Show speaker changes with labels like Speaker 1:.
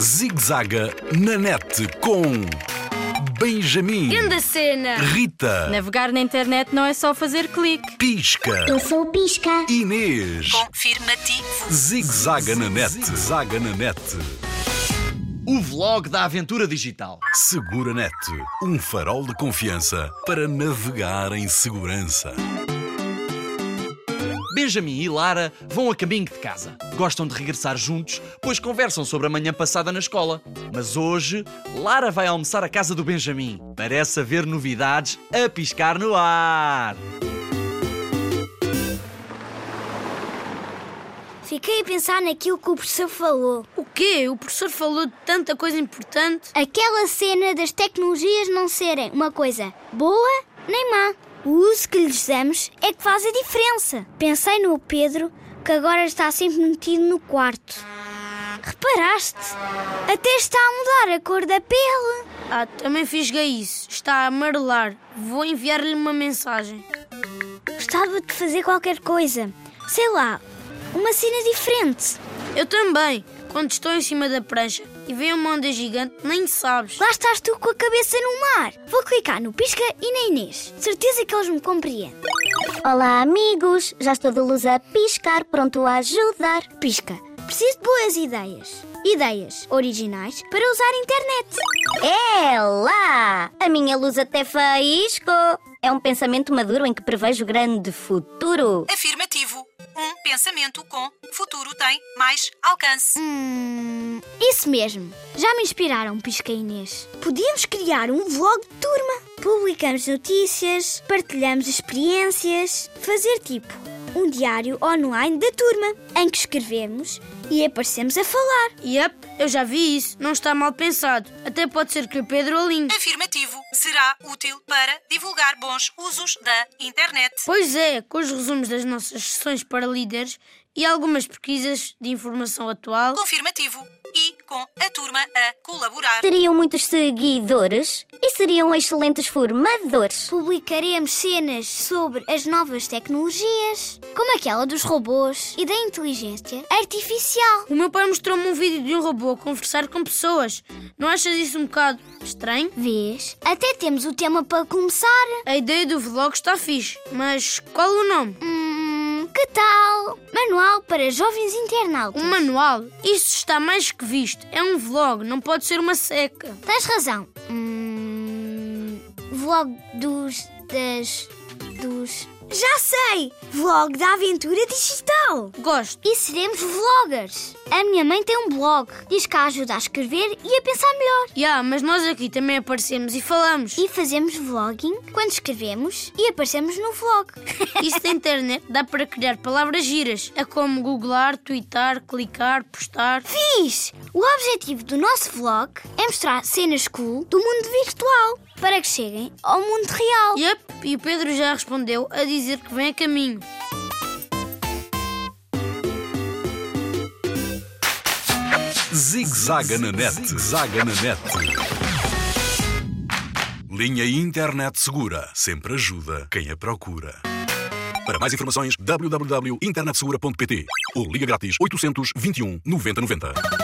Speaker 1: Zigzaga na net com Benjamin,
Speaker 2: Grande cena!
Speaker 1: Rita,
Speaker 3: Navegar na internet não é só fazer clique.
Speaker 1: Pisca,
Speaker 4: Eu sou o Pisca.
Speaker 1: Inês.
Speaker 5: Confirmativo.
Speaker 1: Zigzaga na net, zaga na net.
Speaker 6: O vlog da aventura digital.
Speaker 1: Segura Net, um farol de confiança para navegar em segurança.
Speaker 6: Benjamin e Lara vão a caminho de casa. Gostam de regressar juntos, pois conversam sobre a manhã passada na escola. Mas hoje, Lara vai almoçar à casa do Benjamin. Parece haver novidades a piscar no ar.
Speaker 4: Fiquei a pensar naquilo que o professor falou.
Speaker 2: O quê? O professor falou de tanta coisa importante?
Speaker 4: Aquela cena das tecnologias não serem uma coisa boa nem má. O uso que lhes damos é que faz a diferença. Pensei no Pedro, que agora está sempre metido no quarto. Reparaste? Até está a mudar a cor da pele.
Speaker 2: Ah, também fisguei isso. Está a amarelar. Vou enviar-lhe uma mensagem.
Speaker 4: Gostava de fazer qualquer coisa. Sei lá, uma cena diferente.
Speaker 2: Eu também. Quando estou em cima da prancha e vem uma onda gigante, nem sabes.
Speaker 4: Lá estás tu com a cabeça no mar. Vou clicar no Pisca e na Inês. Certeza que eles me compreendem. Olá, amigos. Já estou de luz a piscar, pronto a ajudar. Pisca. Preciso de boas ideias. Ideias originais para usar a internet. É lá! A minha luz até faíscou. É um pensamento maduro em que prevejo grande futuro.
Speaker 5: Afirmativo. Um pensamento com futuro tem mais alcance.
Speaker 4: Hum, isso mesmo. Já me inspiraram, Pisca e Inês. Podíamos criar um vlog de turma. Publicamos notícias, partilhamos experiências, fazer tipo um diário online da turma, em que escrevemos e aparecemos a falar.
Speaker 2: Yep, eu já vi isso. Não está mal pensado. Até pode ser que o Pedro alinhe.
Speaker 5: Afirmativo. Será útil para divulgar bons usos da internet.
Speaker 2: Pois é, com os resumos das nossas sessões para líderes e algumas pesquisas de informação atual.
Speaker 5: Confirmativo. E com a turma a colaborar.
Speaker 4: Teriam muitos seguidores e seriam excelentes formadores. Publicaremos cenas sobre as novas tecnologias, como aquela dos robôs e da inteligência artificial.
Speaker 2: O meu pai mostrou-me um vídeo de um robô a conversar com pessoas. Não achas isso um bocado estranho?
Speaker 4: Vês? Até temos o tema para começar.
Speaker 2: A ideia do vlog está fixe, mas qual o nome?
Speaker 4: Hum, que tal? Manual para jovens internautas.
Speaker 2: Um manual? Isso está mais que visto. É um vlog, não pode ser uma seca.
Speaker 4: Tens razão. Hum, vlog dos. das. dos. Já sei! Vlog da aventura digital!
Speaker 2: Gosto.
Speaker 4: E seremos vloggers! A minha mãe tem um blog, diz que a ajuda a escrever e a pensar melhor.
Speaker 2: Ya, mas nós aqui também aparecemos e falamos.
Speaker 4: E fazemos vlogging quando escrevemos e aparecemos no vlog.
Speaker 2: Isso da internet dá para criar palavras giras, a como googlar, twittar, clicar, postar.
Speaker 4: Fiz! O objetivo do nosso vlog é mostrar cenas cool do mundo virtual para que cheguem ao mundo real.
Speaker 2: Yep, e o Pedro já respondeu a dizer que vem a caminho.
Speaker 1: Zigzaga na net, zaga na net. Linha Internet Segura sempre ajuda quem a procura. Para mais um informações www.internetsegura.pt ou liga grátis 821 9090.